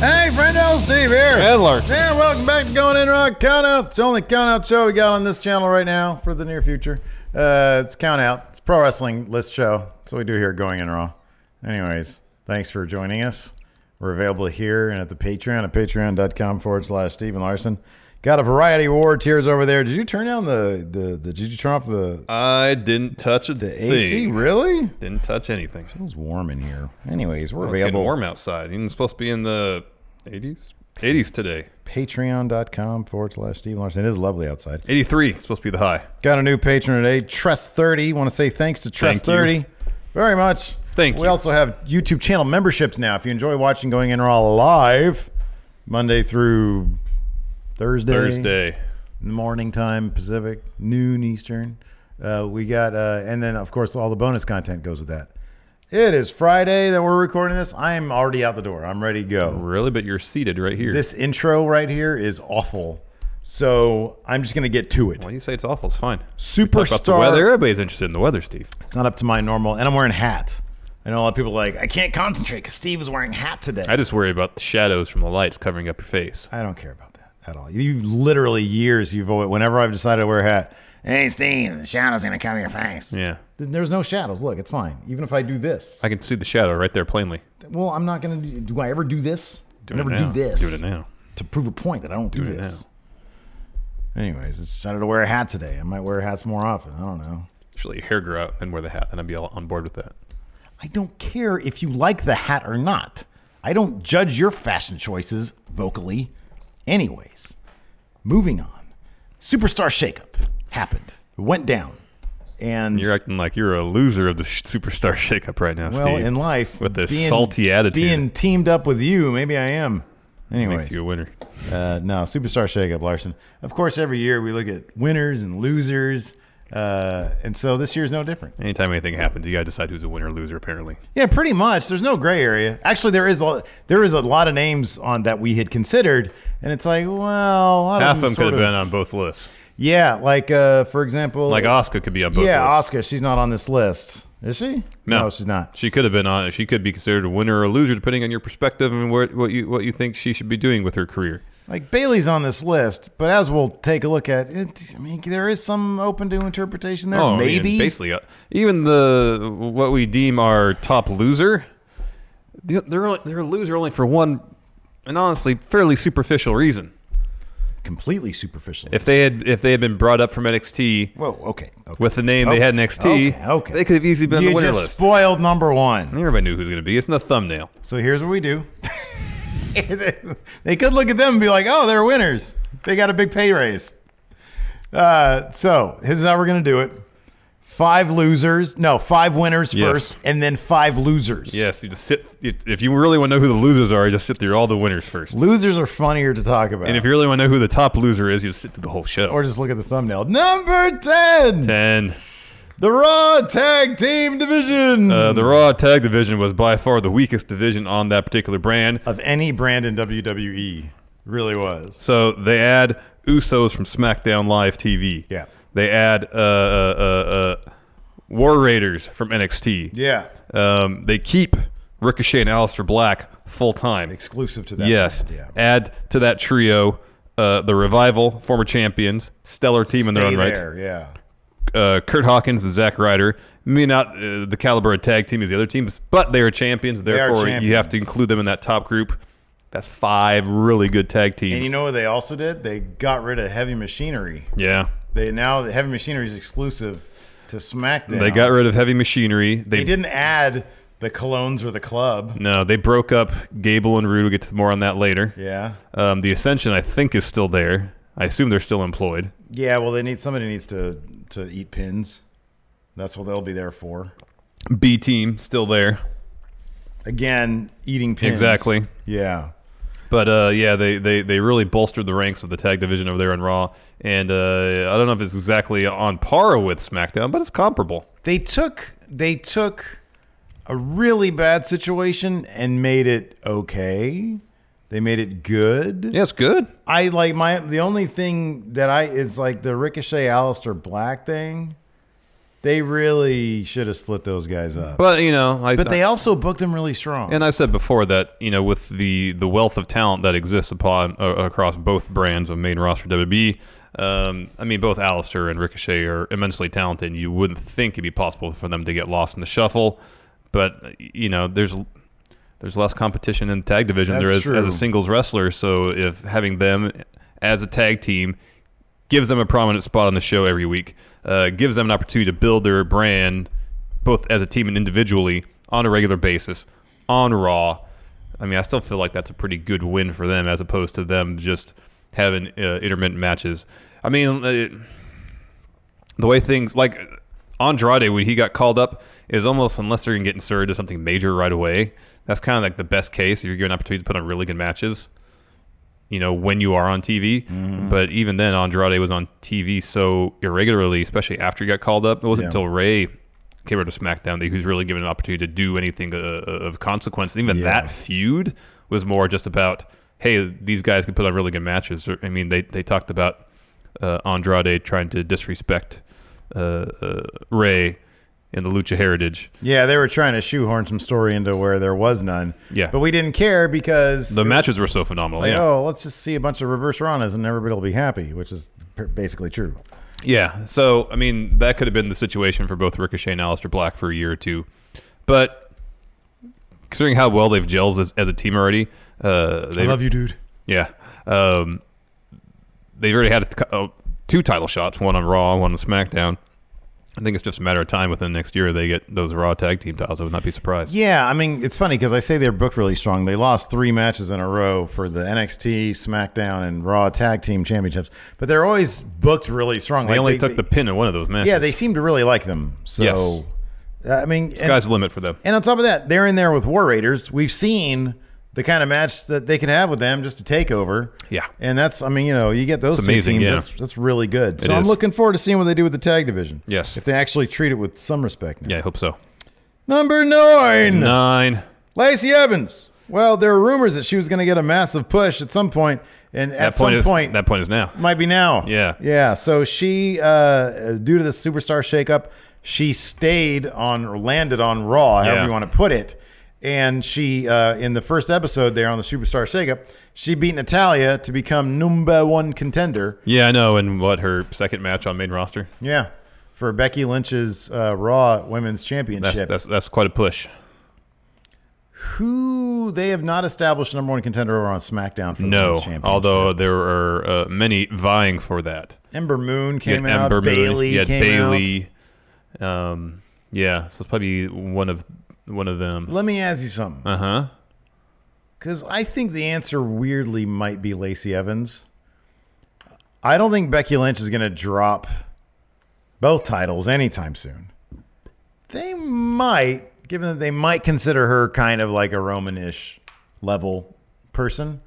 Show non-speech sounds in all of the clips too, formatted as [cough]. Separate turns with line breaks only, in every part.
Hey, friendo, Steve here.
And Larson.
Yeah, welcome back to Going In Rock Countout. It's the only countout show we got on this channel right now for the near future. Uh, it's Countout. It's a pro wrestling list show. That's what we do here at Going In Raw. Anyways, thanks for joining us. We're available here and at the Patreon at patreon.com forward slash Steven Larson. Got a variety of award tiers over there. Did you turn down the, the, the did you turn off the
I didn't touch a
the
thing.
AC? Really?
Didn't touch anything. It's
Feels warm in here. Anyways, we're
getting
available.
warm outside. It's supposed to be in the 80s. 80s today.
Patreon.com forward slash Steven Larson. It is lovely outside.
83 It's supposed to be the high.
Got a new patron today, Tress30. Want to say thanks to Tress30
Thank
very much.
Thank
we
you.
also have YouTube channel memberships now. If you enjoy watching Going In Raw live, Monday through Thursday,
Thursday.
morning time Pacific, noon Eastern. Uh, we got, uh, and then of course all the bonus content goes with that. It is Friday that we're recording this. I am already out the door. I'm ready to go.
Really? But you're seated right here.
This intro right here is awful, so I'm just gonna get to it.
Why do you say it's awful? It's fine. Talk about the
Superstar
weather. Everybody's interested in the weather, Steve.
It's not up to my normal, and I'm wearing a hat. I know a lot of people are like, I can't concentrate because Steve is wearing a hat today.
I just worry about the shadows from the lights covering up your face.
I don't care about that at all. You literally years you've always, whenever I've decided to wear a hat,
Hey, Steve, the shadow's gonna cover your face.
Yeah.
th- there's no shadows. Look, it's fine. Even if I do this,
I can see the shadow right there plainly.
well, I'm not gonna. Do, do I ever do this? I
Doing it
never do
now.
this.
Doing it now.
to prove a point that I don't do
Doing it
this. Anyways, I decided to wear a hat today. I might wear hats more often. I don't know.
Just let your hair grow out and wear the hat, and I'd be all on board with that.
I don't care if you like the hat or not. I don't judge your fashion choices vocally. Anyways, moving on. Superstar shakeup happened. It went down. And
You're acting like you're a loser of the [laughs] sh- superstar shakeup right now,
well,
Steve.
in life,
with this
being-
salty attitude,
Being teamed up with you, maybe I am.
makes
Anyways,
you a winner.
uh, no, superstar shakeup, Larson. Of course, every year we look at winners and losers. Uh, and so this year's no different.
Anytime anything happens, you gotta decide who's a winner or loser. Apparently,
Yeah, pretty much. There's no gray area. Actually, there is a, there is a lot of names on that we had considered, and it's like, well, I don't
half of them could have
Oh, sort
been on both lists.
Yeah, like uh, for example,
Like Oscar could be on both.
yeah,
lists.
Oscar. She's not on this list, is she?
No.
she's not.
She could have been on. She could be considered a winner or a loser depending on your perspective and where, what you what you think she should be doing with her career.
Like Bailey's on this list, but as we'll take a look at, it, I mean, there is some open to interpretation there.
Oh, I mean,
maybe
basically, uh, even the what we deem our top loser, they're only- they're a loser only for one, and honestly, fairly superficial reason.
completely superficial.
If they had if they had been brought up from NXT
Whoa, okay, okay.
with the name they
Okay,
had in NXT,
Oh, okay, okay.
they could have easily been on
you
the winner
just
list.
spoiled number one.
Everybody knew who's going to be. It's in the thumbnail.
So here's what we do. [laughs] they could look at them and be like, oh, they're winners. They got a big pay raise. Uh, so here's how we're going to do it five losers. No, five winners
Yes.
first, and then five losers.
Yes, you just sit. you- If you really want to know who the losers are, you just sit through all the winners first.
Losers are funnier to talk about.
And if you really want to know who the top loser is, you just sit through the whole show.
or just look at the thumbnail. Number 10,
ten.
the Raw Tag Team Division.
Uh, the Raw Tag Division was by far the weakest division on that particular brand.
of any brand in WWE. Really was.
So they add Usos from SmackDown Live TV.
Yeah.
They add uh, uh, uh, uh, War Raiders from NXT.
Yeah.
Um, they keep Ricochet and Aleister Black full time.
Exclusive to that.
yes.
brand, Yeah.
Add to that trio uh, the Revival, former champions, stellar team in their
Stay
own right.
there, Yeah.
Uh, Kurt Hawkins and Zack Ryder. Maybe not uh, the caliber of tag team as the other teams, but they are champions.
are
Therefore, you have
champions.
to include them in that top group. That's five really good tag teams.
And you know what they also did? They got rid of Heavy Machinery.
yeah.
They now the Heavy Machinery is exclusive to SmackDown.
They got rid of heavy machinery. They,
They didn't add the Colognes or the Club.
No, they broke up Gable and Rude. We'll get to more on that later.
Yeah.
Um, the Ascension, I think, is still there. I assume they're still employed.
Yeah. Well, they need somebody needs to to eat pins. That's what they'll be there for.
B team still there.
Again, eating pins.
Exactly.
Yeah.
But uh, yeah, they, they, they really bolstered the ranks of the tag division over there in Raw. And uh, I don't know if it's exactly on par with SmackDown, but it's comparable.
They took they took a really bad situation and made it okay. They made it good.
Yeah, it's good.
I like my the only thing that I is like the Ricochet Alistair Black thing. They really should have split those guys up.
But, you know, I,
But they also booked them really strong.
and I said before that, you know, with the, the wealth of talent that exists upon uh, across both brands of main roster WWE, um, I mean, both Alistair and Ricochet are immensely talented. and You wouldn't think it'd be possible for them to get lost in the shuffle. But, you know, there's there's less competition in the tag division there
That's
is as
true.
a singles wrestler. So if having them as a tag team gives them a prominent spot on the show every week, uh, gives them an opportunity to build their brand both as a team and individually on a regular basis on Raw. I mean, I still feel like that's a pretty good win for them as opposed to them just having uh, intermittent matches. I mean, uh, the way things like Andrade when he got called up is almost unless they're gonna get inserted to something major right away. That's kind of like the best case. You're given an opportunity to put on really good matches. You know when you are on TV,
Mm-hmm.
but even then Andrade was on TV so irregularly, especially after he got called up. It wasn't
Yeah.
until Ray came over to SmackDown that he was really given an opportunity to do anything uh, of consequence. And even
Yeah.
that feud was more just about hey, these guys can put on really good matches. Or- I mean, they they talked about uh, Andrade trying to disrespect uh, uh, Ray in the Lucha Heritage.
yeah, they were trying to shoehorn some story into where there was none.
Yeah.
But we didn't care because
The matches were so phenomenal.
like,
yeah.
oh, let's just see a bunch of reverse ranas and everybody will be happy, which is p- basically true.
Yeah. So, I mean, that could have been the situation for both Ricochet and Aleister Black for a year or two. But considering how well they've gelled as, as a team already, uh, they,
you, dude.
Yeah. Um, they've already had a t- uh, two title shots, one on Raw, one on SmackDown. I think it's just a matter of time within next year they get those Raw tag team titles. I would not be surprised.
Yeah, I mean, it's funny because I say they're booked really strong. They lost three matches in a row for the NXT, SmackDown, and Raw Tag Team Championships, but they're always booked really strong.
They only took the pin in one of those matches.
yeah, they seem to really like them. So, uh, I mean, and-
Sky's the limit for them.
And on top of that, they're in there with War Raiders. We've seen the kind of match that they can have with them just to take over.
Yeah.
And that's, I mean, you know, you get those
It's
two
amazing,
teams.
yeah.
That's, that's really good. So
It
I'm
is.
looking forward to seeing what they do with the tag division.
Yes.
If they actually treat it with some respect. Now.
Yeah, I hope so.
Number nine,
Nine.
Lacey Evans. Well, there are rumors that she was going to get a massive push at some point, and at
That point
some
is
point,
that point is now.
might be now.
Yeah.
Yeah. So she, uh, due to the superstar shakeup, she stayed on or landed on Raw, however
Yeah.
you want to put it. And she, uh, in the first episode there on the superstar shakeup, she beat Natalia to become number one contender.
Yeah, I know. And what her second match on main roster?
Yeah. For Becky Lynch's uh, Raw Women's Championship.
That's that's that's quite a push.
Who they have not established number one contender over on SmackDown for the
No,
Women's Championship.
although there are uh, many vying for that.
Ember Moon
You
came
had
out,
Ember Moon,
Bailey
you had
came out.
Bailey. Um, yeah, so it's probably one of one of them.
Let me ask you something.
Uh huh.
Because I think the answer weirdly might be Lacey Evans. I don't think Becky Lynch is going to drop both titles anytime soon. They might, given that they might consider her kind of like a Roman-ish level person,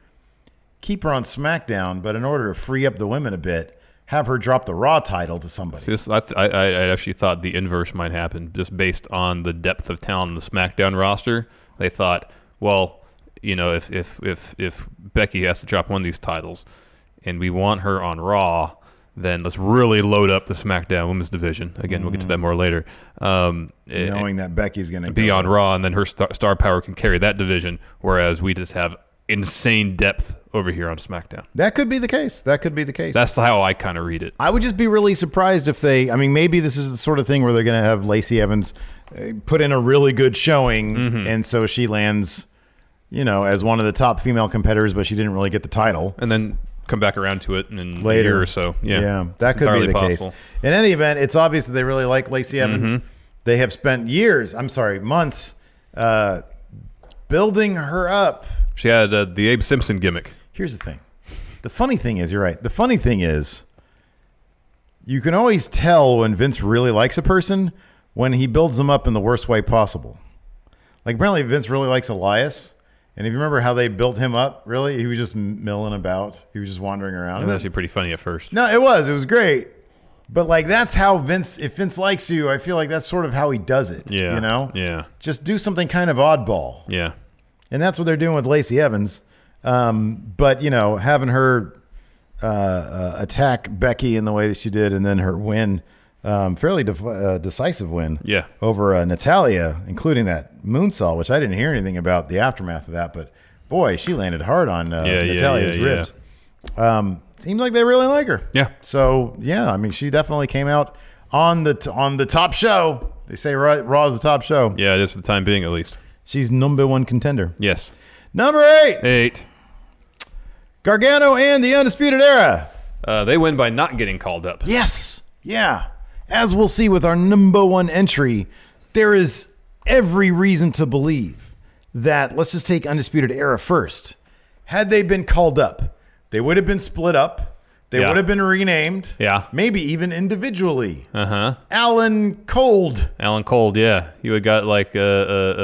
keep her on SmackDown, but in order to free up the women a bit, have her drop the Raw title to somebody.
This, I, th- I, I I actually thought the inverse might happen just based on the depth of talent in the SmackDown roster. They thought, well, you know, if if if if Becky has to drop one of these titles, and we want her on Raw, then let's really load up the SmackDown Women's division. Again, we'll get to that more later. Um, it-
Knowing that Becky's going to
be on Raw, and then her star, star power can carry that division, whereas we just have insane depth over here on SmackDown.
That could be the case. That could be the case.
That's how I kind of read it.
I would just be really surprised if they. I mean, maybe this is the sort of thing where they're going to have Lacey Evans uh, put in a really good showing,
Mm-hmm.
and so she lands, you know, as one of the top female competitors, but she didn't really get the title
And then come back around to it in
later
a year or so. Yeah,
that
It's
could be
entirely
the
possible. Mm-hmm.
case. In any event, it's obvious that they really like Lacey Evans. They have spent years, I'm sorry, months, uh, building her up.
She had uh, the Abe Simpson gimmick.
Here's the thing. The funny thing is, you're right. The funny thing is, you can always tell when Vince really likes a person when he builds them up in the worst way possible. Like apparently Vince really likes Elias, and if you remember how they built him up, really he was just milling about. He was just wandering around.
That's
And
actually pretty funny at first.
no, it was. It was great. But like that's how Vince if Vince likes you, I feel like that's sort of how he does it.
Yeah.
You know?
Yeah.
Just do something kind of oddball.
Yeah.
And that's what they're doing with Lacey Evans. Um, but you know, having her uh, uh, attack Becky in the way that she did, and then her win, um, fairly def- uh, decisive win,
Yeah.
over uh, Natalia, including that moonsault, which I didn't hear anything about the aftermath of that. But boy, she landed hard on uh,
Yeah, yeah,
Natalia's
yeah, yeah.
ribs. Um, seems like they really like her.
Yeah.
So yeah, I mean, she definitely came out on the t- on the top show. They say Raw, Raw is the top show.
Yeah, just for the time being at least.
She's number one contender.
Yes.
Number eight.
Eight.
Gargano and the Undisputed Era.
Uh, they win by not getting called up.
Yes. Yeah. As we'll see with our number one entry, there is every reason to believe that let's just take Undisputed Era first. Had they been called up, they would have been split up. They
Yeah.
would have been renamed.
Yeah.
Maybe even individually. Uh huh. Alan Cold.
Uh-huh. Alan Cold, yeah. He would got like a, a,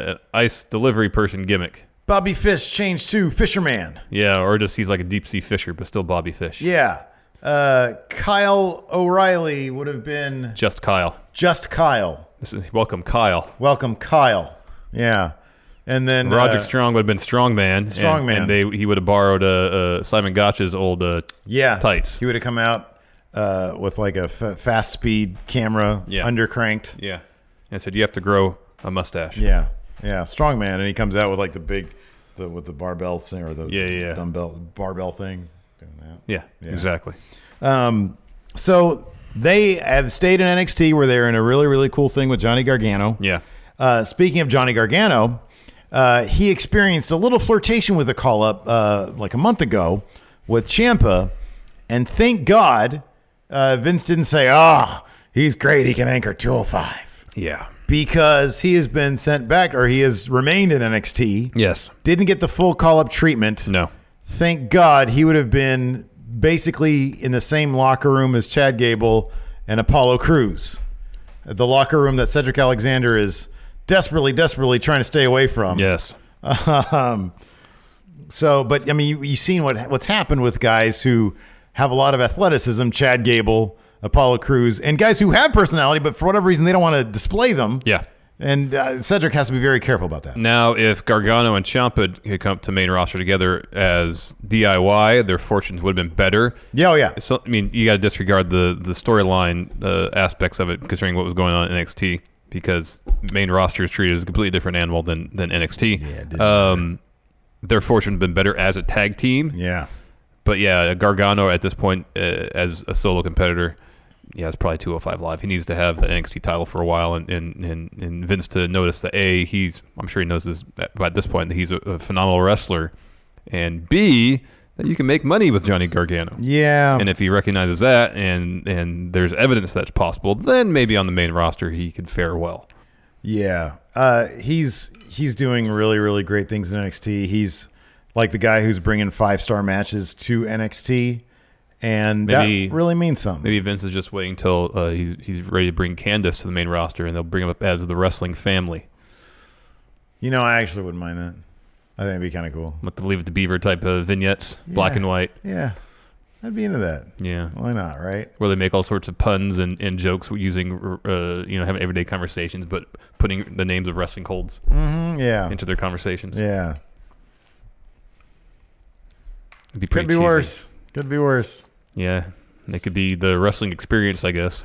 a, a, an ice delivery person gimmick.
Bobby Fish changed to Fisherman.
Yeah, or just he's like a deep sea fisher, but still Bobby Fish.
Yeah. Uh, Kyle O'Reilly would have been
Just Kyle.
just Kyle.
This is, welcome, Kyle.
Welcome, Kyle. Yeah, and then
Roger
uh,
Strong would have been Strongman.
Strongman.
And, and they he would have borrowed uh, uh, Simon Gotch's old uh,
yeah,
tights.
He would have come out uh, with like a f- fast speed camera,
Yeah.
undercranked.
yeah. And said, you have to grow a mustache.
Yeah, yeah, strong man, and he comes out with like the big, the with the barbell thing or the
Yeah, yeah, yeah.
dumbbell barbell thing. Doing that.
Yeah, exactly.
Um, so they have stayed in NXT where they're in a really really cool thing with Johnny Gargano.
Yeah.
Uh, speaking of Johnny Gargano, uh, he experienced a little flirtation with a call up uh, like a month ago with Champa, and thank God uh, Vince didn't say, "Ah, he's great. He can anchor 205."
Yeah.
Because he has been sent back, or he has remained in NXT.
Yes.
Didn't get the full call up treatment.
No.
Thank God he would have been basically in the same locker room as Chad Gable and Apollo Cruz. The locker room that Cedric Alexander is desperately, desperately trying to stay away from.
Yes.
Um, so, but I mean, you, you've seen what what's happened with guys who have a lot of athleticism, Chad Gable, Apollo Cruz, and guys who have personality, but for whatever reason, they don't want to display them.
Yeah.
And uh, Cedric has to be very careful about that.
Now, if Gargano and Ciampa had come to main roster together as DIY, their fortunes would have been better.
Yeah, oh, yeah.
So, I mean, you got to disregard the the storyline uh, aspects of it, considering what was going on in NXT, because main roster is treated as a completely different animal than than NXT. Yeah, um, their fortune been better as a tag team,
Yeah.
but yeah, Gargano at this point uh, as a solo competitor, yeah, it's probably 205 live. He needs to have the NXT title for a while, and and and, and Vince to notice that a he's I'm sure he knows this at- by this point that he's a, a phenomenal wrestler, and b that you can make money with Johnny Gargano.
Yeah.
And if he recognizes that and and there's evidence that's possible, then maybe on the main roster he could fare well.
Yeah, uh, he's he's doing really really great things in NXT. He's like the guy who's bringing five star matches to NXT, and
Maybe-
that really means something.
Maybe Vince is just waiting till uh, he's he's ready to bring Candace to the main roster, and they'll bring him up as the wrestling family,
You know, I actually wouldn't mind that. I think it'd be kind of cool.
with the Leave It to Beaver type of vignettes, black
Yeah.
and white.
Yeah, I'd be into that.
Yeah,
Why not? Right?
where they make all sorts of puns and, and jokes using uh, you know having everyday conversations, but putting the names of wrestling colds
Mm, Yeah.
into their conversations.
Yeah.
It'd be
Could
pretty
be
cheesy.
worse. Could be worse.
Yeah, it could be the wrestling experience, I guess.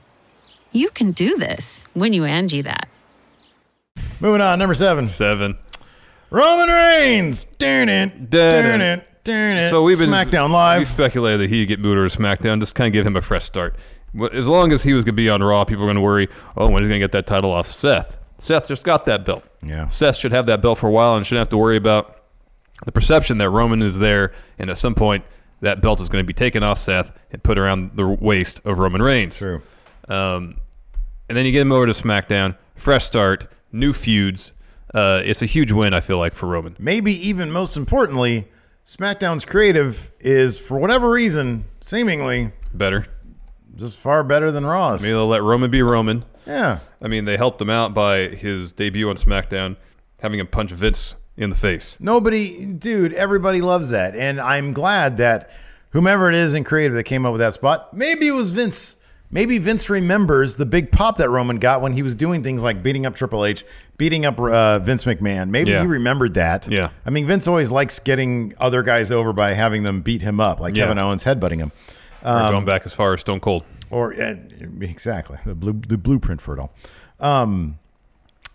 You can do this when you Angie that.
Moving on, number seven.
Seven.
Roman Reigns. Darn it. Darn it. Darn it.
So we've been
SmackDown
We
Live.
speculated that he'd get moved over to SmackDown, just kind of give him a fresh start. Well, As long as he was going to be on Raw, people were going to worry, oh, when is he going to get that title off Seth? Seth just got that belt.
Yeah.
Seth should have that belt for a while and shouldn't have to worry about the perception that Roman is there, and at some point that belt is going to be taken off Seth and put around the waist of Roman Reigns.
True.
Um, and then you get him over to SmackDown, fresh start, new feuds. Uh, it's a huge win, I feel like, for Roman.
Maybe even most importantly, SmackDown's creative is, for whatever reason, seemingly
Better.
just far better than Raw's.
Maybe they'll let Roman be Roman.
Yeah.
I mean, they helped him out by his debut on SmackDown, having him punch Vince in the face.
Nobody, dude, everybody loves that. And I'm glad that whomever it is in creative that came up with that spot, maybe it was Vince. Maybe Vince remembers the big pop that Roman got when he was doing things like beating up Triple H, beating up uh, Vince McMahon. Maybe
Yeah.
he remembered that.
Yeah.
I mean, Vince always likes getting other guys over by having them beat him up, like
Yeah.
Kevin Owens headbutting him.
We're going back as far as Stone Cold.
or uh, exactly the blue the blueprint for it all, um,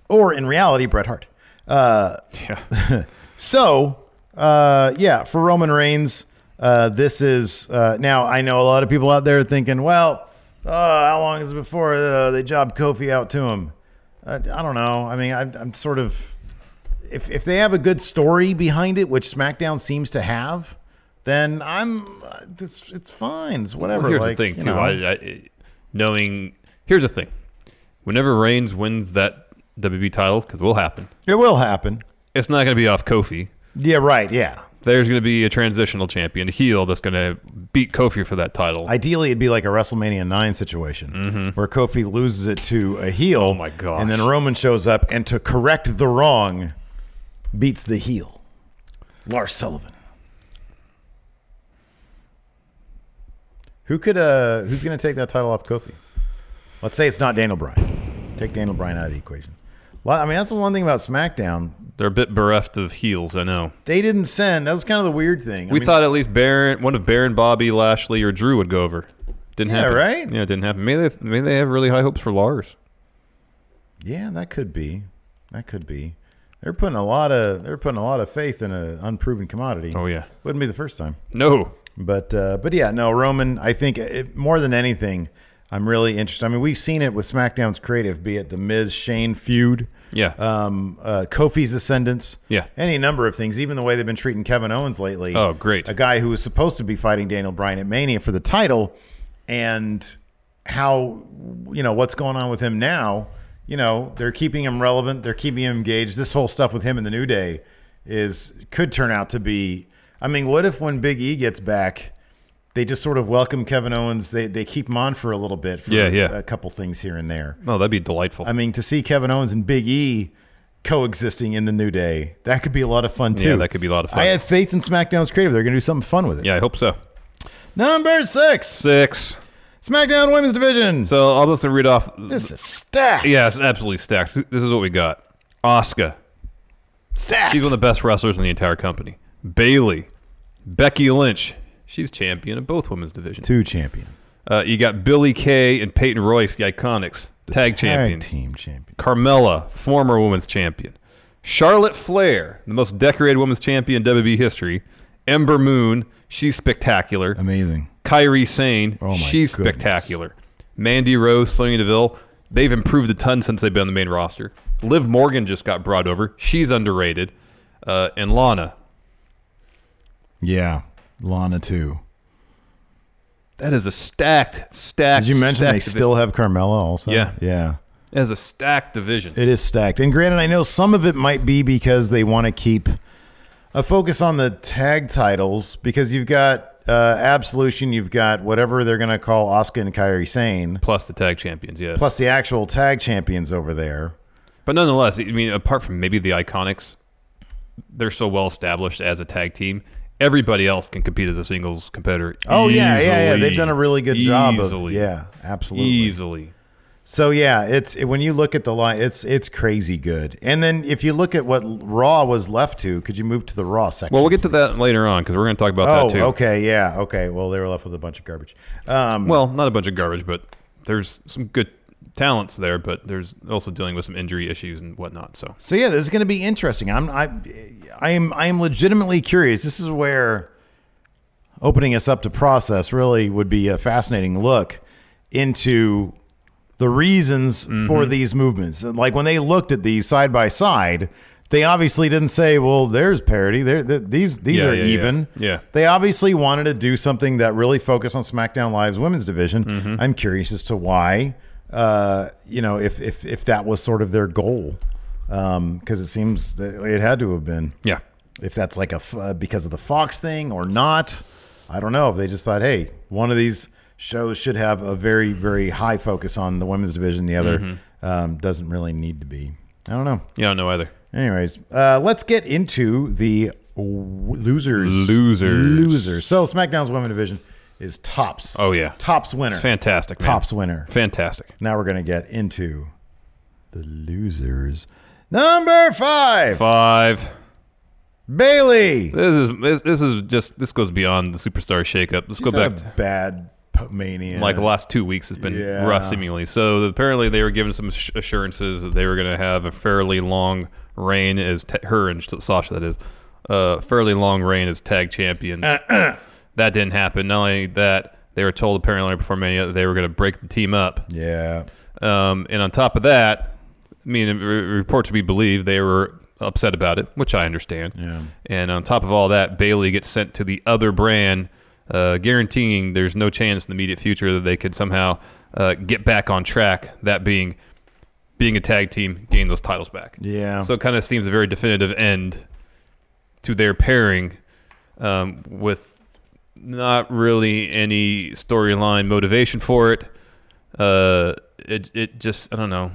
or in reality, Bret Hart. Uh,
Yeah.
[laughs] so uh, yeah, for Roman Reigns, uh, this is uh, now. I know a lot of people out there thinking, well, uh, how long is it before uh, they job Kofi out to him? Uh, I don't know. I mean, I, I'm sort of if if they have a good story behind it, which SmackDown seems to have. Then I'm, uh, it's, it's fine. It's whatever.
Well, here's
like,
the thing,
you
too.
know.
I, I, knowing, here's the thing. Whenever Reigns wins that WB title, because it will happen,
It will happen.
it's not going to be off Kofi.
Yeah, right. Yeah.
There's going to be a transitional champion, a heel, that's going to beat Kofi for that title.
Ideally, it'd be like a WrestleMania 9 situation where Kofi loses it to a heel. Oh,
my gosh.
And then Roman shows up and to correct the wrong, beats the heel. Lars Sullivan. Who could, uh, who's going to take that title off Kofi? Let's say it's not Daniel Bryan. Take Daniel Bryan out of the equation. Well, I mean, that's the one thing about SmackDown.
They're a bit bereft of heels, I know.
They didn't send. That was kind of the weird thing. I
we
mean,
thought at least Baron, one of Baron, Bobby, Lashley, or Drew would go over. Didn't
Yeah,
happen.
right?
Yeah, it didn't happen. Maybe they, maybe they have really high hopes for Lars.
Yeah, that could be. That could be. They're putting a lot of they're putting a lot of faith in an unproven commodity.
Oh, yeah.
wouldn't be the first time.
No.
But uh, but yeah, no Roman. I think it, more than anything, I'm really interested. I mean, we've seen it with SmackDown's creative, be it the Miz Shane feud,
Yeah.
um, uh, Kofi's ascendance,
Yeah.
any number of things. Even the way they've been treating Kevin Owens lately.
Oh, great.
A guy who was supposed to be fighting Daniel Bryan at Mania for the title, and how you know what's going on with him now. You know they're keeping him relevant. They're keeping him engaged. This whole stuff with him and the New Day is could turn out to be. I mean, what if when Big E gets back, they just sort of welcome Kevin Owens? They they keep him on for a little bit. For
Yeah, yeah.
A couple things here and there.
no, that'd be delightful.
I mean, to see Kevin Owens and Big E coexisting in the New Day, that could be a lot of fun too.
Yeah, that could be a lot of fun.
I have faith in SmackDown's creative; they're going to do something fun with it.
yeah, I hope so.
Number six,
Six.
SmackDown Women's Division.
So I'll just read off.
this is stacked.
Yeah, it's absolutely stacked. This is what we got. Oscar.
stacked.
She's one of the best wrestlers in the entire company. Bailey. Becky Lynch. She's champion of both women's divisions.
two champion,
Uh, you got Billy Kay and Peyton Royce, the Iconics, tag champions.
Tag team champion.
Carmella, former women's champion. Charlotte Flair, the most decorated women's champion in WWE history. Ember Moon, she's spectacular.
Amazing.
Kyrie Sane,
Oh my
she's
goodness.
spectacular. Mandy Rose, Sonya Deville, they've improved a ton since they've been on the main roster. Liv Morgan just got brought over. She's underrated. Uh, and Lana.
Yeah, Lana too.
That is a stacked, stacked.
Did you mention
stacked
they
divi-
still have Carmella? Also,
Yeah.
yeah.
That is a stacked division.
It is stacked. And granted, I know some of it might be because they want to keep a focus on the tag titles because you've got uh, Absolution, you've got whatever they're going to call Oscar and Kyrie Sane,
Plus the tag champions, yeah.
plus the actual tag champions over there.
But nonetheless, I mean, apart from maybe the Iconics, they're so well established as a tag team. Everybody else can compete as a singles competitor.
Oh, yeah, yeah, yeah.
easily.
They've done a really good job of.
Easily.
Yeah, absolutely.
Easily.
So yeah, it's when you look at the line, it's it's crazy good. And then if you look at what Raw was left to, could you move to the Raw section?
Well, we'll get to that later on because we're going to talk about
Oh,
that too.
okay, yeah, okay. Well, they were left with a bunch of garbage. Um,
Well, not a bunch of garbage, but there's some good talents there, but there's also dealing with some injury issues and whatnot. So
So yeah, this is going to be interesting. I'm I, I am I am legitimately curious. This is where opening us up to process really would be a fascinating look into the reasons for
Mm-hmm.
these movements. Like when they looked at these side by side, they obviously didn't say, "Well, there's parity. There, th- these these
Yeah,
are
yeah, yeah.
even."
Yeah.
They obviously wanted to do something that really focused on SmackDown Live's women's division. I'm curious as to why. Uh, you know, if if if that was sort of their goal, because it seems that it had to have been.
yeah,
If that's like a f- uh, because of the Fox thing or not, I don't know. If they just thought, hey, one of these shows should have a very very high focus on the women's division, the other um, doesn't really need to be. I don't know.
yeah, I don't know either.
Anyways, uh, let's get into the w- losers.
Losers.
Losers. So SmackDown's women division is tops.
Oh yeah,
Tops winner.
It's fantastic. man.
Tops winner.
fantastic.
Now we're gonna get into the losers. Number five,
Five.
Bailey.
This is this, this is just this goes beyond the superstar shakeup. Let's go back. To,
a bad p- mania.
Like the last two weeks has been
Yeah.
rough, seemingly. So apparently they were given some ass- assurances that they were going to have a fairly long reign as ta- her and Sasha. That is, uh, fairly long reign as tag champions. that didn't happen. Not only that, they were told apparently before Mania that they were going to break the team up.
Yeah.
Um, and on top of that, I mean, re- report to be believed, they were upset about it, which I understand.
Yeah.
And on top of all that, Bailey gets sent to the other brand, uh, guaranteeing there's no chance in the immediate future that they could somehow uh, get back on track. That being being a tag team, gain those titles back.
Yeah.
So it kind of seems a very definitive end to their pairing um, with not really any storyline motivation for it. Uh, it it just I don't know.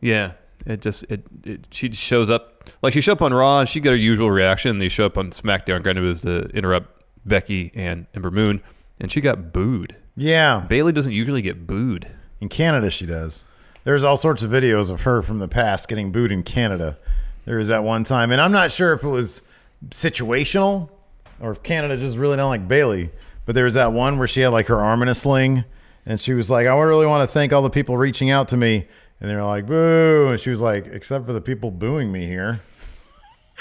Yeah, it just it, it she just shows up like she showed up on Raw and she got her usual reaction. And they show up on SmackDown. Granted, it was to interrupt Becky and Ember Moon, and she got booed.
Yeah.
Bailey doesn't usually get booed.
In Canada, she does. There's all sorts of videos of her from the past getting booed in Canada. There was that one time, and I'm not sure if it was situational or if Canada just really don't like Bailey. But there was that one where she had like her arm in a sling, and she was like, "I really want to thank all the people reaching out to me," and they were like, "Boo!" And she was like, "Except for the people booing me here."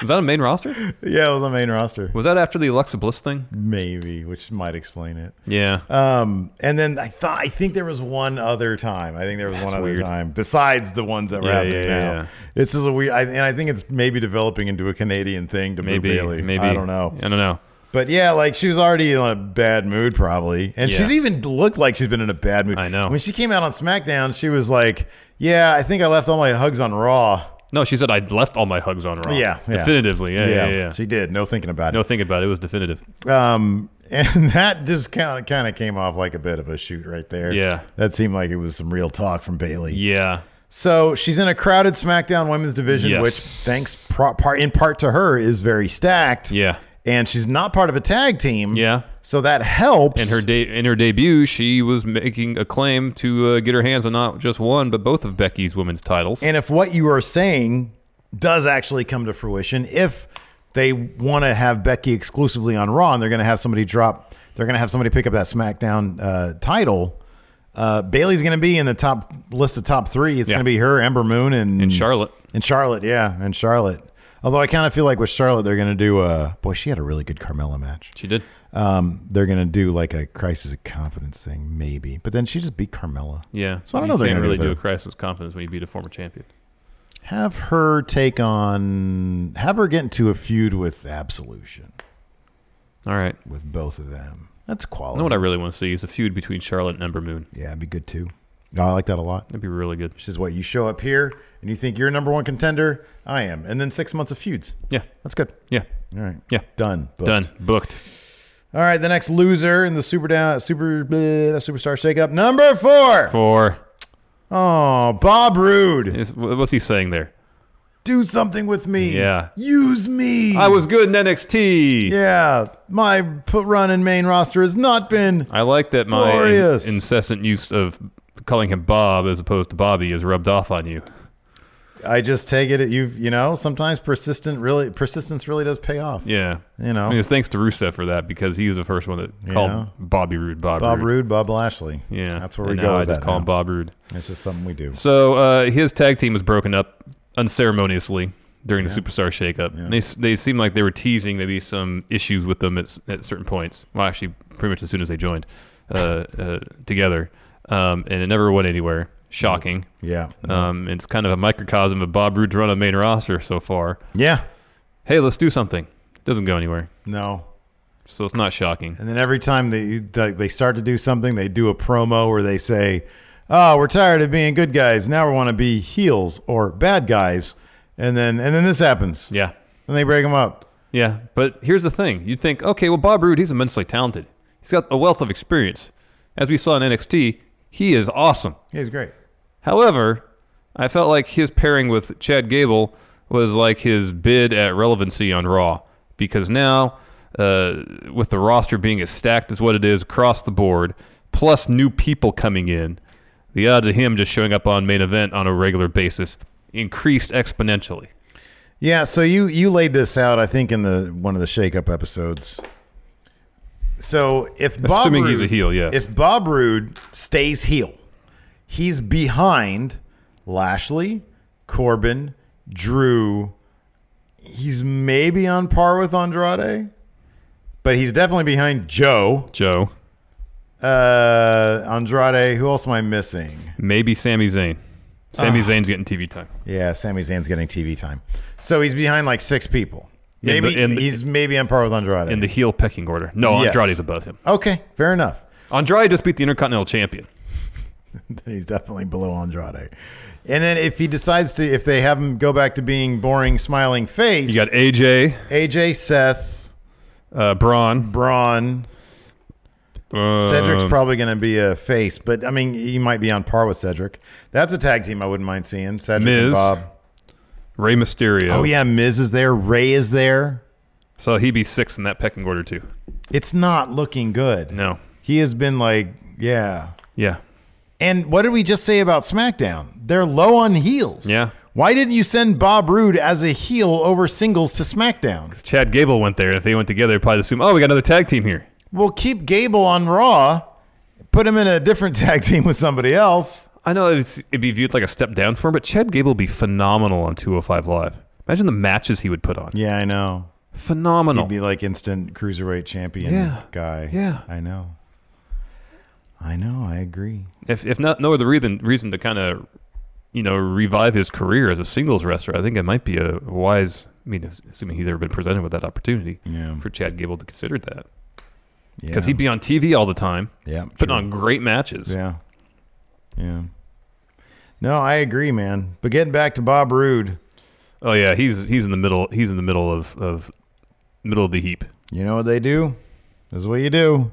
Was that a main roster?
Yeah, it was on main roster,
Was that after the Alexa Bliss thing?
maybe, which might explain it.
Yeah.
Um, and then I thought I think there was one other time. I think there was one other
weird.
time besides the ones that were
Yeah,
happening
yeah,
now.
yeah.
This is a weird, I, and I think it's maybe developing into a Canadian thing to
maybe.
maybe, Bailey.
Maybe.
I don't know,
I don't know.
but yeah, like she was already in a bad mood probably, and
Yeah.
she's even looked like she's been in a bad mood.
I know.
when she came out on SmackDown, she was like, "Yeah, I think I left all my hugs on Raw."
No, she said I left all my hugs on Raw.
Yeah, yeah.
definitively. Yeah, yeah, yeah.
she did. No thinking about
no,
it.
think about it. It was definitive.
Um, and [laughs] that just kind of kind of came off like a bit of a shoot right there.
Yeah.
that seemed like it was some real talk from Bailey.
Yeah,
So she's in a crowded SmackDown Women's Division,
Yes.
which thanks pro- part in part to her is very stacked.
Yeah.
and she's not part of a tag team.
Yeah.
so that helps.
in her de- in her debut, she was making a claim to uh, get her hands on not just one but both of Becky's women's titles.
And if what you are saying does actually come to fruition, if they want to have Becky exclusively on Raw and they're going to have somebody drop, they're going to have somebody pick up that SmackDown uh, title, uh, Bailey's going to be in the top list of top three. It's
Yeah.
going to be her, Ember Moon, and,
And Charlotte.
And Charlotte, yeah. And Charlotte. Although I kind of feel like with Charlotte, they're going to do a. Boy, she had a really good Carmella match.
She did.
Um, they're going to do like a crisis of confidence thing, maybe. But then she just beat Carmella.
Yeah.
So I don't
you
know they're
can't
gonna
really
do
do a
that.
crisis of confidence when you beat a former champion.
Have her take on, have her get into a feud with Absolution,
All right. You
with both of them. That's quality.
know what I really want to see is a feud between Charlotte and Ember Moon.
yeah, it'd be good too. No, I like that a lot.
That'd be really good.
Which is what you show up here and you think you're number one contender. I am. And then six months of feuds.
Yeah.
That's good.
Yeah.
All right.
Yeah.
Done. Booked.
Done. Booked.
All right. The next loser in the super down, super, bleh, superstar shakeup. Number four.
For
Oh, Bob Rude.
is, wh- what's he saying there?
Do something with me.
Yeah.
Use me.
I was good in NXT.
Yeah. My put run in main roster has not been.
I like that my in-
Glorious.
incessant use of calling him Bob as opposed to Bobby is rubbed off on you.
I just take it. You you know, sometimes persistent really persistence really does pay off.
Yeah.
You know.
I mean, it's thanks to Rusev for that because he's the first one that called
know.
Bobby Roode Bob,
Bob Rude, Bob Lashley.
Yeah.
that's where we
And
go.
now
with
I just
that
call
now.
him Bob Roode.
It's just something we do.
So uh, his tag team was broken up unceremoniously during the Superstar shakeup. They they seemed like they were teasing maybe some issues with them at s- at certain points. Well, actually, pretty much as soon as they joined uh, uh, together, um, and it never went anywhere. Shocking.
Yeah,
Um, it's kind of a microcosm of Bob Roode's run on main roster so far.
yeah,
Hey, let's do something. Doesn't go anywhere,
no.
so it's not shocking.
And then every time they they start to do something, they do a promo where they say, "Oh, we're tired of being good guys. Now we want to be heels or bad guys." And then and then this happens.
Yeah,
And they break them up.
yeah. But here's the thing: you'd think, okay, well, Bob Roode, he's immensely talented. He's got a wealth of experience. As we saw in NXT, he is awesome.
Yeah, he's great.
However, I felt like his pairing with Chad Gable was like his bid at relevancy on Raw because now, uh, with the roster being as stacked as what it is across the board, plus new people coming in, the odds of him just showing up on main event on a regular basis increased exponentially.
Yeah, so you you laid this out, I think, in the one of the shakeup episodes. So if Bob
Assuming
Roode,
he's a heel, yes.
If Bob Roode stays heel, he's behind Lashley, Corbin, Drew. He's maybe on par with Andrade, but he's definitely behind Joe.
Joe,
Uh, Andrade, who else am I missing?
maybe Sami Zayn. Sami Zayn's getting TV time.
Yeah, Sami Zayn's getting TV time. So he's behind like six people.
In the-
Maybe
in the-
he's maybe on par with Andrade.
In the heel pecking order. No,
Yes.
Andrade's above him.
Okay, fair enough. [laughs]
Andrade just beat the Intercontinental Champion.
He's definitely below Andrade. And then if he decides to, if they have him go back to being boring, smiling face,
You got AJ,
AJ, Seth,
uh, Braun.
Braun. Cedric's
Um,
probably going to be a face, but I mean, he might be on par with Cedric. That's a tag team I wouldn't mind seeing. Cedric and
Miz.
Bob.
Rey Mysterio.
Oh yeah, Miz is there. Ray is there.
So he'd be sixth in that pecking order too.
It's not looking good.
No.
He has been like, yeah,
Yeah.
And what did we just say about SmackDown? They're low on heels.
Yeah.
Why didn't you send Bob Roode as a heel over singles to SmackDown?
Chad Gable went there. If they went together, they'd probably assume, oh, we got another tag team here.
Well, keep Gable on Raw, put him in a different [laughs] tag team with somebody else.
I know it's, it'd be viewed like a step down for him, but Chad Gable would be phenomenal on 205 Live. Imagine the matches he would put on.
Yeah, I know.
Phenomenal.
He'd be like instant cruiserweight champion
Yeah.
guy.
Yeah.
I know. I know. I agree.
if if not, no other reason, reason to kind of, you know, revive his career as a singles wrestler, I think it might be a wise, I mean, assuming he's ever been presented with that opportunity
Yeah.
for Chad Gable to consider that.
Yeah.
Because he'd be on TV all the time,
yeah,
putting
true.
on great matches.
Yeah. Yeah. No, I agree, man. But getting back to Bob Roode,
Oh yeah, he's he's in the middle. He's in the middle of, of middle of the heap.
You know what they do? This is what you do.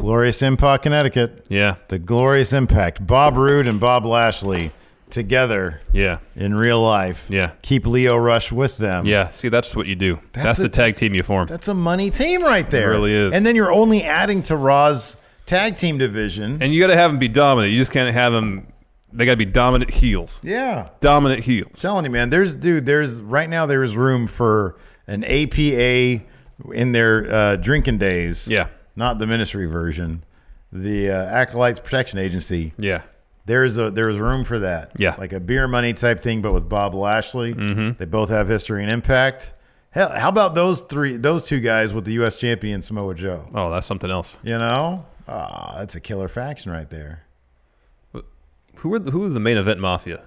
Glorious Impact, Connecticut.
Yeah,
The Glorious Impact. Bob Roode and Bob Lashley together
yeah,
in real life.
Yeah.
Keep Leo Rush with them.
yeah. See, that's what you do. That's,
That's
the
a-
tag team you form.
That's a money team right there.
It really is.
And then you're only adding to Raw's tag team division.
And you got to have them be dominant. You just can't have them. They got to be dominant heels.
yeah.
Dominant heels.
telling you, man. There's dude. There's right now. There's room for an APA in their uh, drinking days.
Yeah.
not the ministry version. The uh, Acolytes Protection Agency.
Yeah,
There's a there's room for that.
Yeah. Mm-hmm.
like a beer money type thing, but with Bob Lashley. They both have history and impact. Hell, how about those three? Those two guys with the U.S. champion Samoa Joe.
Oh, that's something else.
You know, ah, that's a killer faction right there.
Who were the, who was the main event mafia?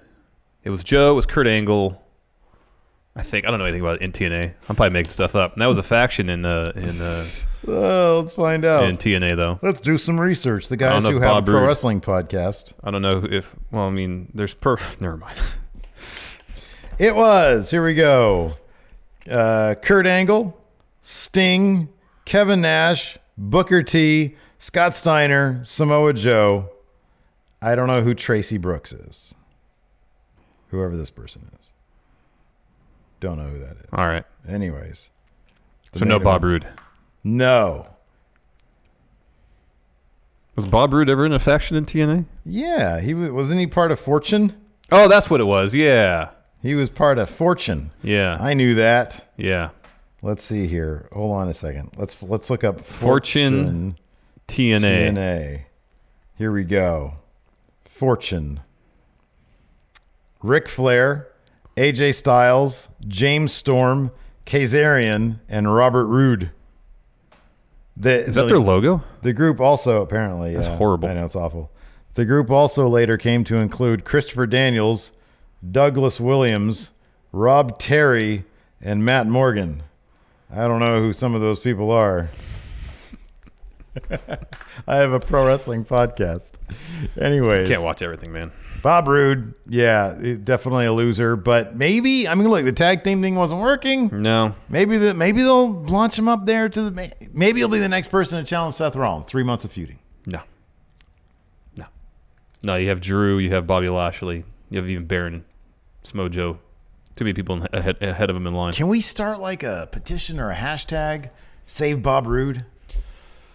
It was Joe. It was Kurt Angle. I think I don't know anything about NTNA. I'm probably making stuff up. And that was a faction in uh, in uh,
Oh, let's find out.
in TNA though.
Let's do some research. The guys
know
who
if
have
Bob
a pro
Roode-
wrestling podcast.
I don't know if. Well, I mean, there's per. [laughs] Never mind.
It was. Here we go. Uh, Kurt Angle, Sting, Kevin Nash, Booker T, Scott Steiner, Samoa Joe. I don't know who Tracy Brooks is. Whoever this person is. Don't know who that is.
All right.
Anyways. the
So no
main
Bob
event-
Roode.
No.
Was Bob Roode ever in a faction in TNA?
Yeah, he wa- wasn't he part of Fortune.
Oh, that's what it was. Yeah.
He was part of Fortune.
Yeah.
I knew that.
yeah.
Let's see here. Hold on a second. Let's let's look up
Fortune TNA.
Fortune TNA. Here we go. Fortune. Ric Flair, AJ Styles, James Storm, Kazarian, and Robert Roode. The,
Is that their logo?
The group also apparently that's
horrible.
I know it's awful. The group also later came to include Christopher Daniels, Douglas Williams, Rob Terry, and Matt Morgan. I don't know who some of those people are. [laughs] I have a pro wrestling podcast. Anyways,
Can't watch everything, man.
Bob Roode, yeah, definitely a loser, but maybe I mean, look, the tag team thing wasn't working.
No.
Maybe that maybe they'll launch him up there to the maybe he'll be the next person to challenge Seth Rollins. Three months of feuding.
No. No. No, you have Drew, you have Bobby Lashley, you have even Baron, Smojo. Too many people in- ahead, ahead of him in line.
Can we start like a petition or a hashtag? Save Bob Roode.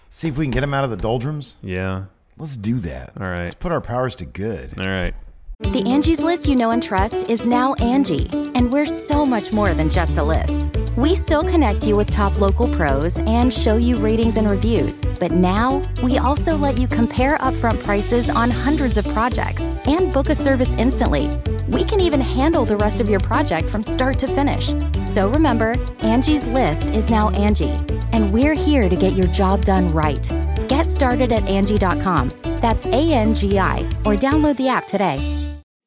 See if we can get him out of the doldrums.
yeah.
Let's do that.
All right.
Let's put our powers to good.
All right.
The Angie's list you know and trust is now Angie, and we're so much more than just a list. We still connect you with top local pros and show you ratings and reviews, but now we also let you compare upfront prices on hundreds of projects and book a service instantly. We can even handle the rest of your project from start to finish. So remember, Angie's list is now Angie, and we're here to get your job done right. Get started at Angie.com. That's A N G I, or download the app today.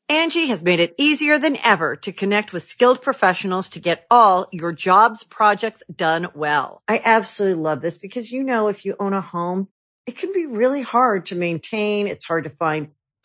Angie has made it easier than ever to connect with skilled professionals to get all your jobs projects done well. I absolutely love this because, you know, if you own a home, it can be really hard to maintain. It's hard to find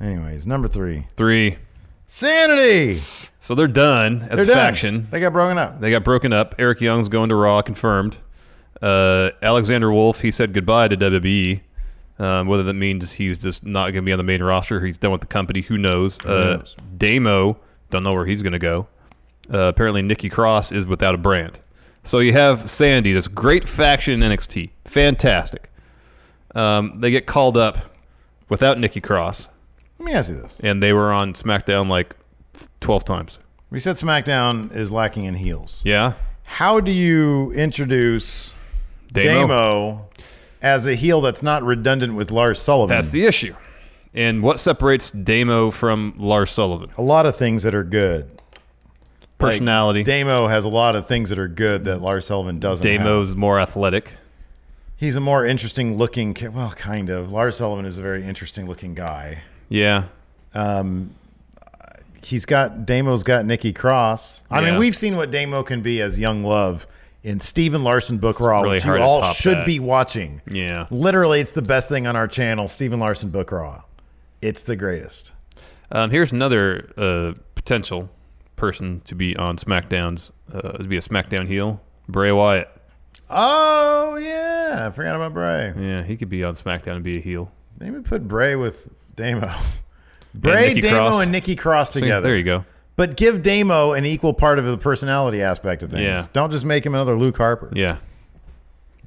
Anyways, number three.
Three.
Sanity.
So they're done as a
They're done.
faction.
They got broken up.
They got broken up. Eric Young's going to Raw, confirmed. Uh, Alexander Wolf, he said goodbye to WWE. Um, whether that means he's just not going to be on the main roster, or he's done with the company, who knows? Uh,
knows?
Damo, don't know where he's going to go. Uh, apparently, Nikki Cross is without a brand. So you have Sandy, this great faction in NXT. Fantastic. Um, they get called up without Nikki Cross,
Let me ask you this.
and they were on SmackDown like 12 times.
We said SmackDown is lacking in heels.
Yeah?
How do you introduce Damo, as a heel that's not redundant with Lars Sullivan?
That's the issue. And what separates Damo from Lars Sullivan?
a lot of things that are good.
Personality.
Damo has a lot of things that are good that Lars Sullivan doesn't. have.
Damo's more athletic.
He's a more interesting looking, ki- well, kind of. Lars Sullivan is a very interesting looking guy.
Yeah.
He's got Damo's got Nikki Cross. I
Yeah.
mean, we've seen what Damo can be as young love in Steven Larson Book Raw,
really
which you
hard to
all
top
should
that.
be watching.
Yeah.
Literally, it's the best thing on our channel, Steven Larson Book Raw. It's the greatest.
Um, here's another uh, potential person to be on SmackDown's, uh, to be a SmackDown heel Bray Wyatt.
Oh yeah, I forgot about Bray.
Yeah, he could be on SmackDown and be a heel.
Maybe put Bray with Damo. Bray,
Nikki
Damo,
Cross.
and Nikki Cross
See,
together.
There you go.
But give Damo an equal part of the personality aspect of things.
Yeah.
Don't just make him another Luke Harper.
Yeah.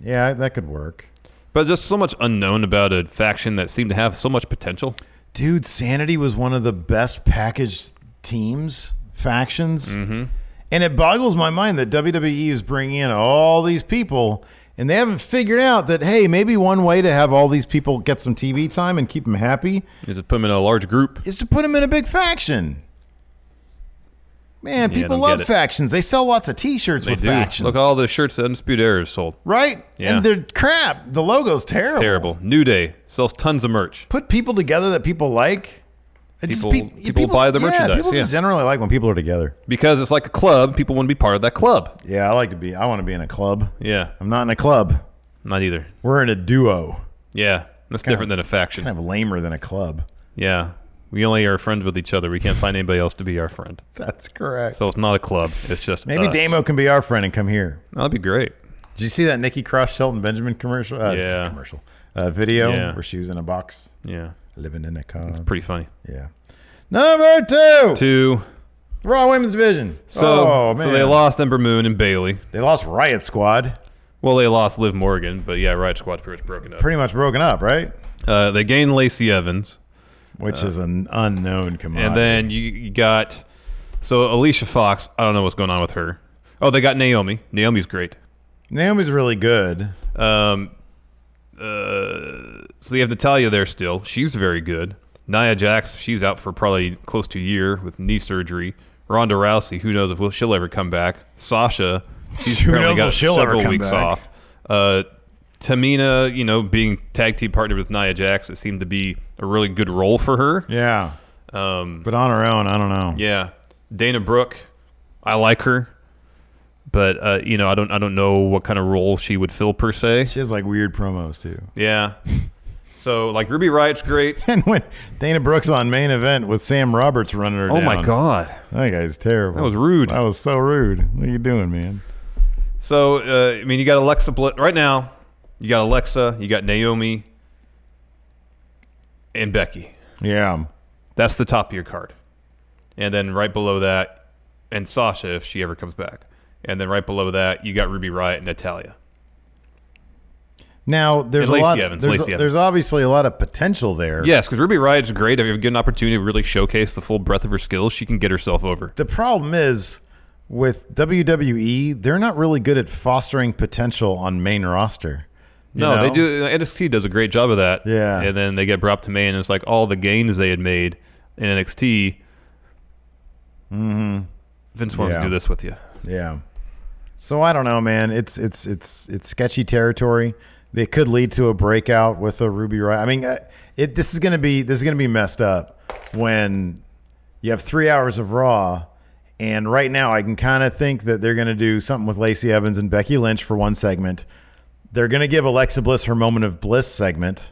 Yeah, that could work.
But just so much unknown about a faction that seemed to have so much potential.
Dude, Sanity was one of the best packaged teams,
Mm-hmm.
E factions. And it boggles my mind that WWE is bringing in all these people And they haven't figured out that, hey, maybe one way to have all these people get some TV time and keep them happy
You just put them in a large group.
is to put them in a big faction. Man,
Yeah, I
people
don't get
love
it.
factions. They sell lots of T-shirts
They
with
do.
factions.
Look at all the shirts that Undisputed Era has sold.
right?
Yeah.
And they're crap. The logo's terrible.
Terrible. New Day sells tons of merch.
Put people together that people like. I
People- people buy the
yeah,
merchandise,
People just
yeah.
generally like when people are together.
Because it's like a club, people want to be part of that club.
Yeah, I like to be. I want to be in a club.
Yeah,
I'm not in a club.
not either.
We're in a duo.
Yeah, that's
Kinda-
different than a faction.
Kind of lamer than a club. [laughs]
Yeah, we only are friends with each other. We can't find anybody else to be our friend.
That's correct.
So it's not a club. It's just
Maybe
us. Oh,
Damo can be our friend and come here.
That'd be great.
Did you see that Nikki Cross Shelton Benjamin commercial? Uh,
Yeah.
Commercial uh, video
Yeah.
where she was in a box
Yeah,
living in a car.
pretty funny.
Yeah. Number two,
Two.
Raw Women's Division.
So,
oh, man.
so they lost Ember Moon and Bailey.
They lost Riot Squad.
Well, they lost Liv Morgan, but yeah, Riot Squad's pretty much broken up.
Pretty much broken up, right?
Uh, they gained Lacey Evans,
Which is an unknown commodity.
and then you, you got so Alicia Fox. I don't know what's going on with her. Oh, they got Naomi. Naomi's great.
Naomi's really good.
Um, uh, so they have Natalia there still. She's very good. Nia Jax, she's out for probably close to a year with knee surgery. Ronda Rousey, who knows if we'll, she'll ever come back.
[laughs]
Sasha, she's
Who
apparently
knows
got
if she'll ever
several
come
weeks
back.
off. Uh, Tamina, you know, being tag team partner with Nia Jax, it seemed to be a really good role for her.
Yeah. Um, but on her own, I don't know.
Yeah, Dana Brooke, I like her, but uh, you know, I don't, I don't know what kind of role she would fill per se.
She has like weird promos too. [laughs]
Yeah. So like Ruby Riot's great.
And when Dana Brooks on main event with Sam Roberts running her down.
god.
Oh That guy's terrible.
That was rude.
That was so rude. What are you doing, man?
So uh, I mean, you got Alexa Bl- right now. You got Alexa. You got Naomi. And Becky.
Yeah.
That's the top of your card. And then right below that, and Sasha if she ever comes back. And then right below that, you got Ruby Riot and Natalia.
Now there's
And Lacey
a lot.
Evans,
there's,
Lacey Evans.
there's obviously a lot of potential there.
Yes, because Ruby Riot's great. If you get an opportunity to really showcase the full breadth of her skills, she can get herself over.
The problem is with WWE, they're not really good at fostering potential on main roster. you
No, they
know?
do. NXT does a great job of that.
Yeah.
And then they get brought up to Maine, and it's like all the gains they had made in NXT. Mm-hmm. Vince wants
Mm-hmm. Yeah.
to do this with you.
Yeah. So I don't know, man. It's it's it's it's sketchy territory. They could lead to a breakout with a Ruby Riot. I mean, uh, it, this is gonna be this is gonna be messed up when you have three hours of Raw, and right now I can kind of think that they're gonna do something with Lacey Evans and Becky Lynch for one segment. They're gonna give Alexa Bliss her moment of bliss segment,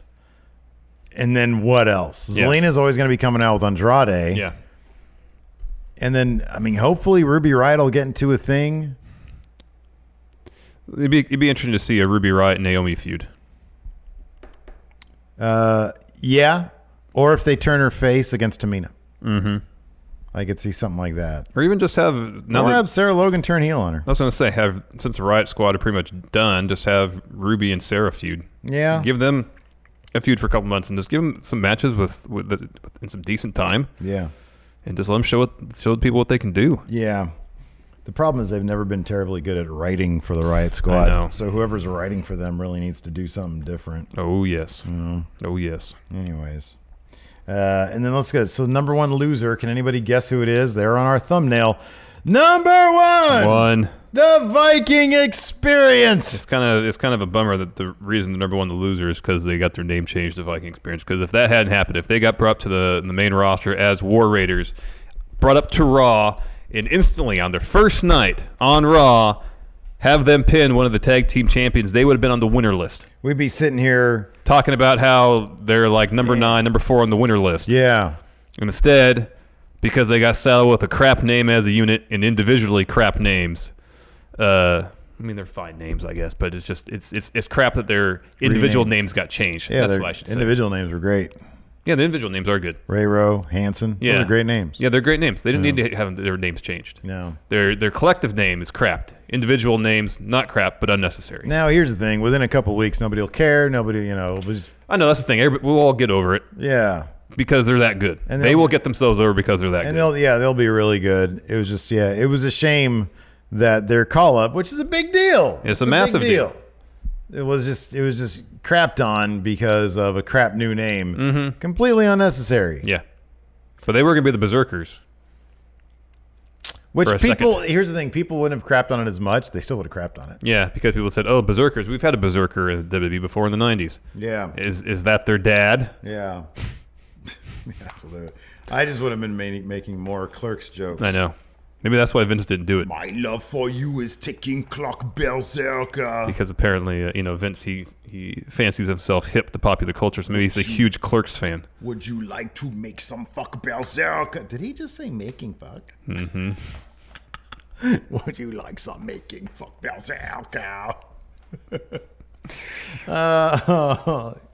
and then what else?
Yeah.
Zelina's always gonna be coming out with Andrade.
Yeah.
And then I mean, hopefully Ruby Riot will get into a thing.
It'd be, it'd be interesting to see a Ruby Riot and Naomi feud.
Yeah, or if they turn her face against Tamina. Mm-hmm. I could see something like that.
Or even just have. Now
Or
that-
have Sarah Logan turn heel on her.
I was going to say, have since the Riot Squad are pretty much done, just have Ruby and Sarah feud.
Yeah.
Give them a feud for a couple months and just give them some matches with, with, the, in some decent time
Yeah,
and just let them show, it, show the people what they can do.
yeah. The problem is they've never been terribly good at writing for the Riot Squad.
I know.
So whoever's writing for them really needs to do something different.
Oh, yes.
Mm-hmm.
Oh, yes.
Anyways. Uh, and then let's go. So number one loser. Can anybody guess who it is? They're on our thumbnail. Number one,
One.
the Viking Experience.
It's kind of it's kind of a bummer that the reason the number one the loser is because they got their name changed to Viking Experience. Because if that hadn't happened, if they got brought up to the the main roster as War Raiders, brought up to Raw, and instantly on their first night on Raw, have them pin one of the tag team champions, they would have been on the winner list.
We'd be sitting here.
Talking about how they're like number nine, number four on the winner list.
Yeah.
And instead, because they got saddled with a crap name as a unit and individually crap names, uh, I mean they're fine names, I guess, but it's just it's it's it's crap that their individual
Renamed.
names got changed.
Yeah.
That's
their
what I should say.
individual names were great.
Yeah, the individual names are good.
Ray Rowe, Hanson.
Yeah,
Those are great names.
Yeah, they're great names. They didn't need to have their names changed.
No.
Their their collective name is crapped. Individual names not crap, but unnecessary.
Now here's the thing: within a couple weeks, nobody will care. Nobody, you know, will just
I know that's the thing. Everybody, we'll all get over it
yeah,
because they're that good.
And
they
they'll-
will get themselves over because they're that
and
good.
they'll yeah they'll be really good. It was just yeah, it was a shame that their call up, which is a big deal.
It's a massive
big
deal.
It was just it was just crapped on because of a crap new name. Completely unnecessary.
Mm-hmm. Yeah. But they were going to be the Berserkers.
Which
for a
people
second.
here's the thing, people wouldn't have crapped on it as much. They still would have crapped on it.
Yeah, because people said, "Oh, Berserkers. We've had a Berserker in WWE before in the '90s."
Yeah.
Is is that their dad?
Yeah. [laughs] Absolutely. I just would have been ma- making more clerks jokes.
I know. Maybe that's why Vince didn't do it
My love for you is ticking clock berserker.
because apparently, uh, you know, Vince he he fancies himself hip to popular culture, so maybe he's a huge Clerks fan.
Would you like to make some fuck berserker?
Did he just say making fuck? Mm-hmm.
[laughs] Would you like some making fuck berserker?
[laughs] Uh, [laughs]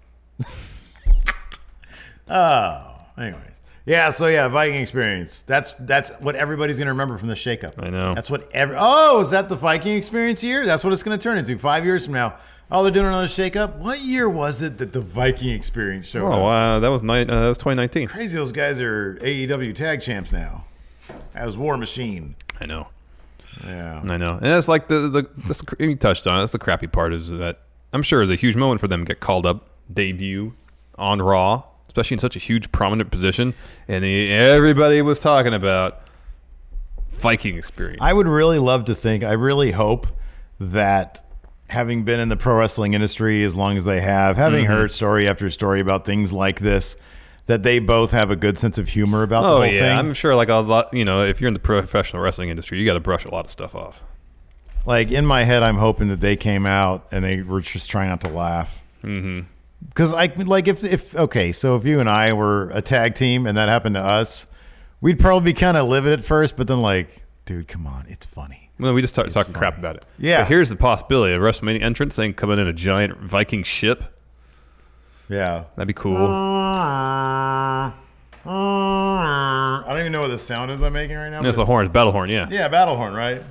oh. Anyways. Yeah, so yeah, Viking experience. That's that's what everybody's gonna remember from the shakeup.
I know.
That's what every Oh, is that the Viking experience year? That's what it's gonna turn into five years from now. Oh, they're doing another shakeup. What year was it that the Viking experience showed
Oh
up?
wow, that was ni- uh, that was 2019.
Crazy those guys are AEW tag champs now. As War Machine.
I know,
Yeah.
I know, and that's like the the this, you touched on. it. That's the crappy part is that I'm sure is a huge moment for them to get called up, debut on Raw, especially in such a huge prominent position, and the, everybody was talking about Viking experience.
I would really love to think, I really hope that having been in the pro wrestling industry as long as they have, having heard story after story about things like this, that they both have a good sense of humor about the
Oh
whole
yeah,
thing.
I'm sure. Like a lot, you know, if you're in the professional wrestling industry, you got to brush a lot of stuff off.
like in my head, I'm hoping that they came out and they were just trying not to laugh. Because mm-hmm. I like if if okay, so if you and I were a tag team and that happened to us, we'd probably be kind of livid at first, but then like, dude, come on, it's funny.
Well, we just start talking crap
funny.
about it.
Yeah.
But here's the possibility of WrestleMania entrance thing coming in a giant Viking ship.
Yeah,
That'd be
Oh,
cool.
I don't even know what the sound is I'm making right now.
That's
but it's-
the horns, battle horn. Yeah.
Yeah, battle horn, right?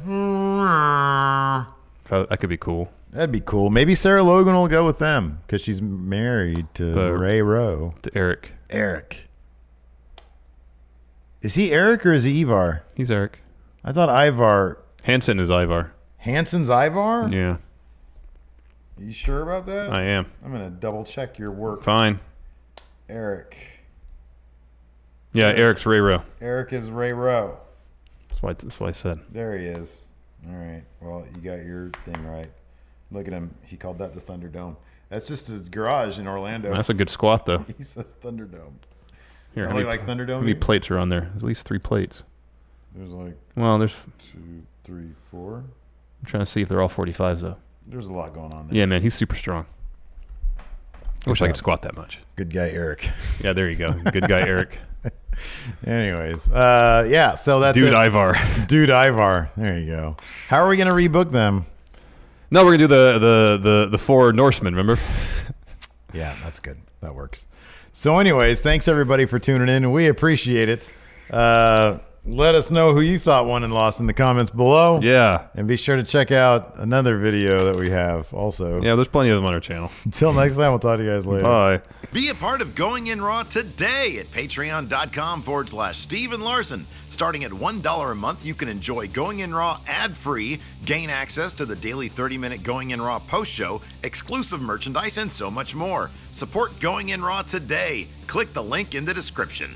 So that could be cool.
That'd be cool. Maybe Sarah Logan will go with them because she's married to
The-
Ray Rowe.
To Eric,
Eric. Is he Eric or is he Ivar?
he's Eric.
I thought Ivar.
Hanson is Ivar.
Hanson's Ivar?
Yeah,
You sure about that?
I am
I'm going to double check your work.
fine.
Eric.
Yeah, Eric's Ray Rowe.
Eric is Ray Rowe.
That's why. That's why I said.
There he is. All right. Well, you got your thing right. Look at him. He called that the Thunderdome. That's just his garage in Orlando.
That's a good squat though.
[laughs] he says Thunderdome.
Here,
I
how many,
like Thunderdome.
how many plates are on there? At least three plates.
There's like
Well, there's.
two, three, four.
I'm trying to see if they're all 45s though.
There's a lot going on there.
Yeah, man, he's super strong. I wish I could squat that much.
Good guy,
[laughs]
Eric.
Yeah, there you go. Good [laughs] guy, Eric.
Anyways, uh, yeah. So that's
Dude,
it.
Ivar.
Dude Ivar. There you go. How are we gonna rebook them?
No, we're gonna do the the the, the four Norsemen. Remember?
Yeah, that's good. That works. So, anyways, thanks everybody for tuning in. We appreciate it. Uh, let us know who you thought won and lost in the comments below.
Yeah,
And be sure to check out another video that we have also.
yeah. There's plenty of them on our channel.
Until next time, we'll talk to you guys later.
Bye.
Be a part of Going In Raw today at patreon.com forward slash Steven Larson. Starting at $1 a month, you can enjoy Going In Raw ad free, gain access to the daily 30 minute Going In Raw post show, exclusive merchandise, and so much more. Support Going In Raw today. Click the link in the description.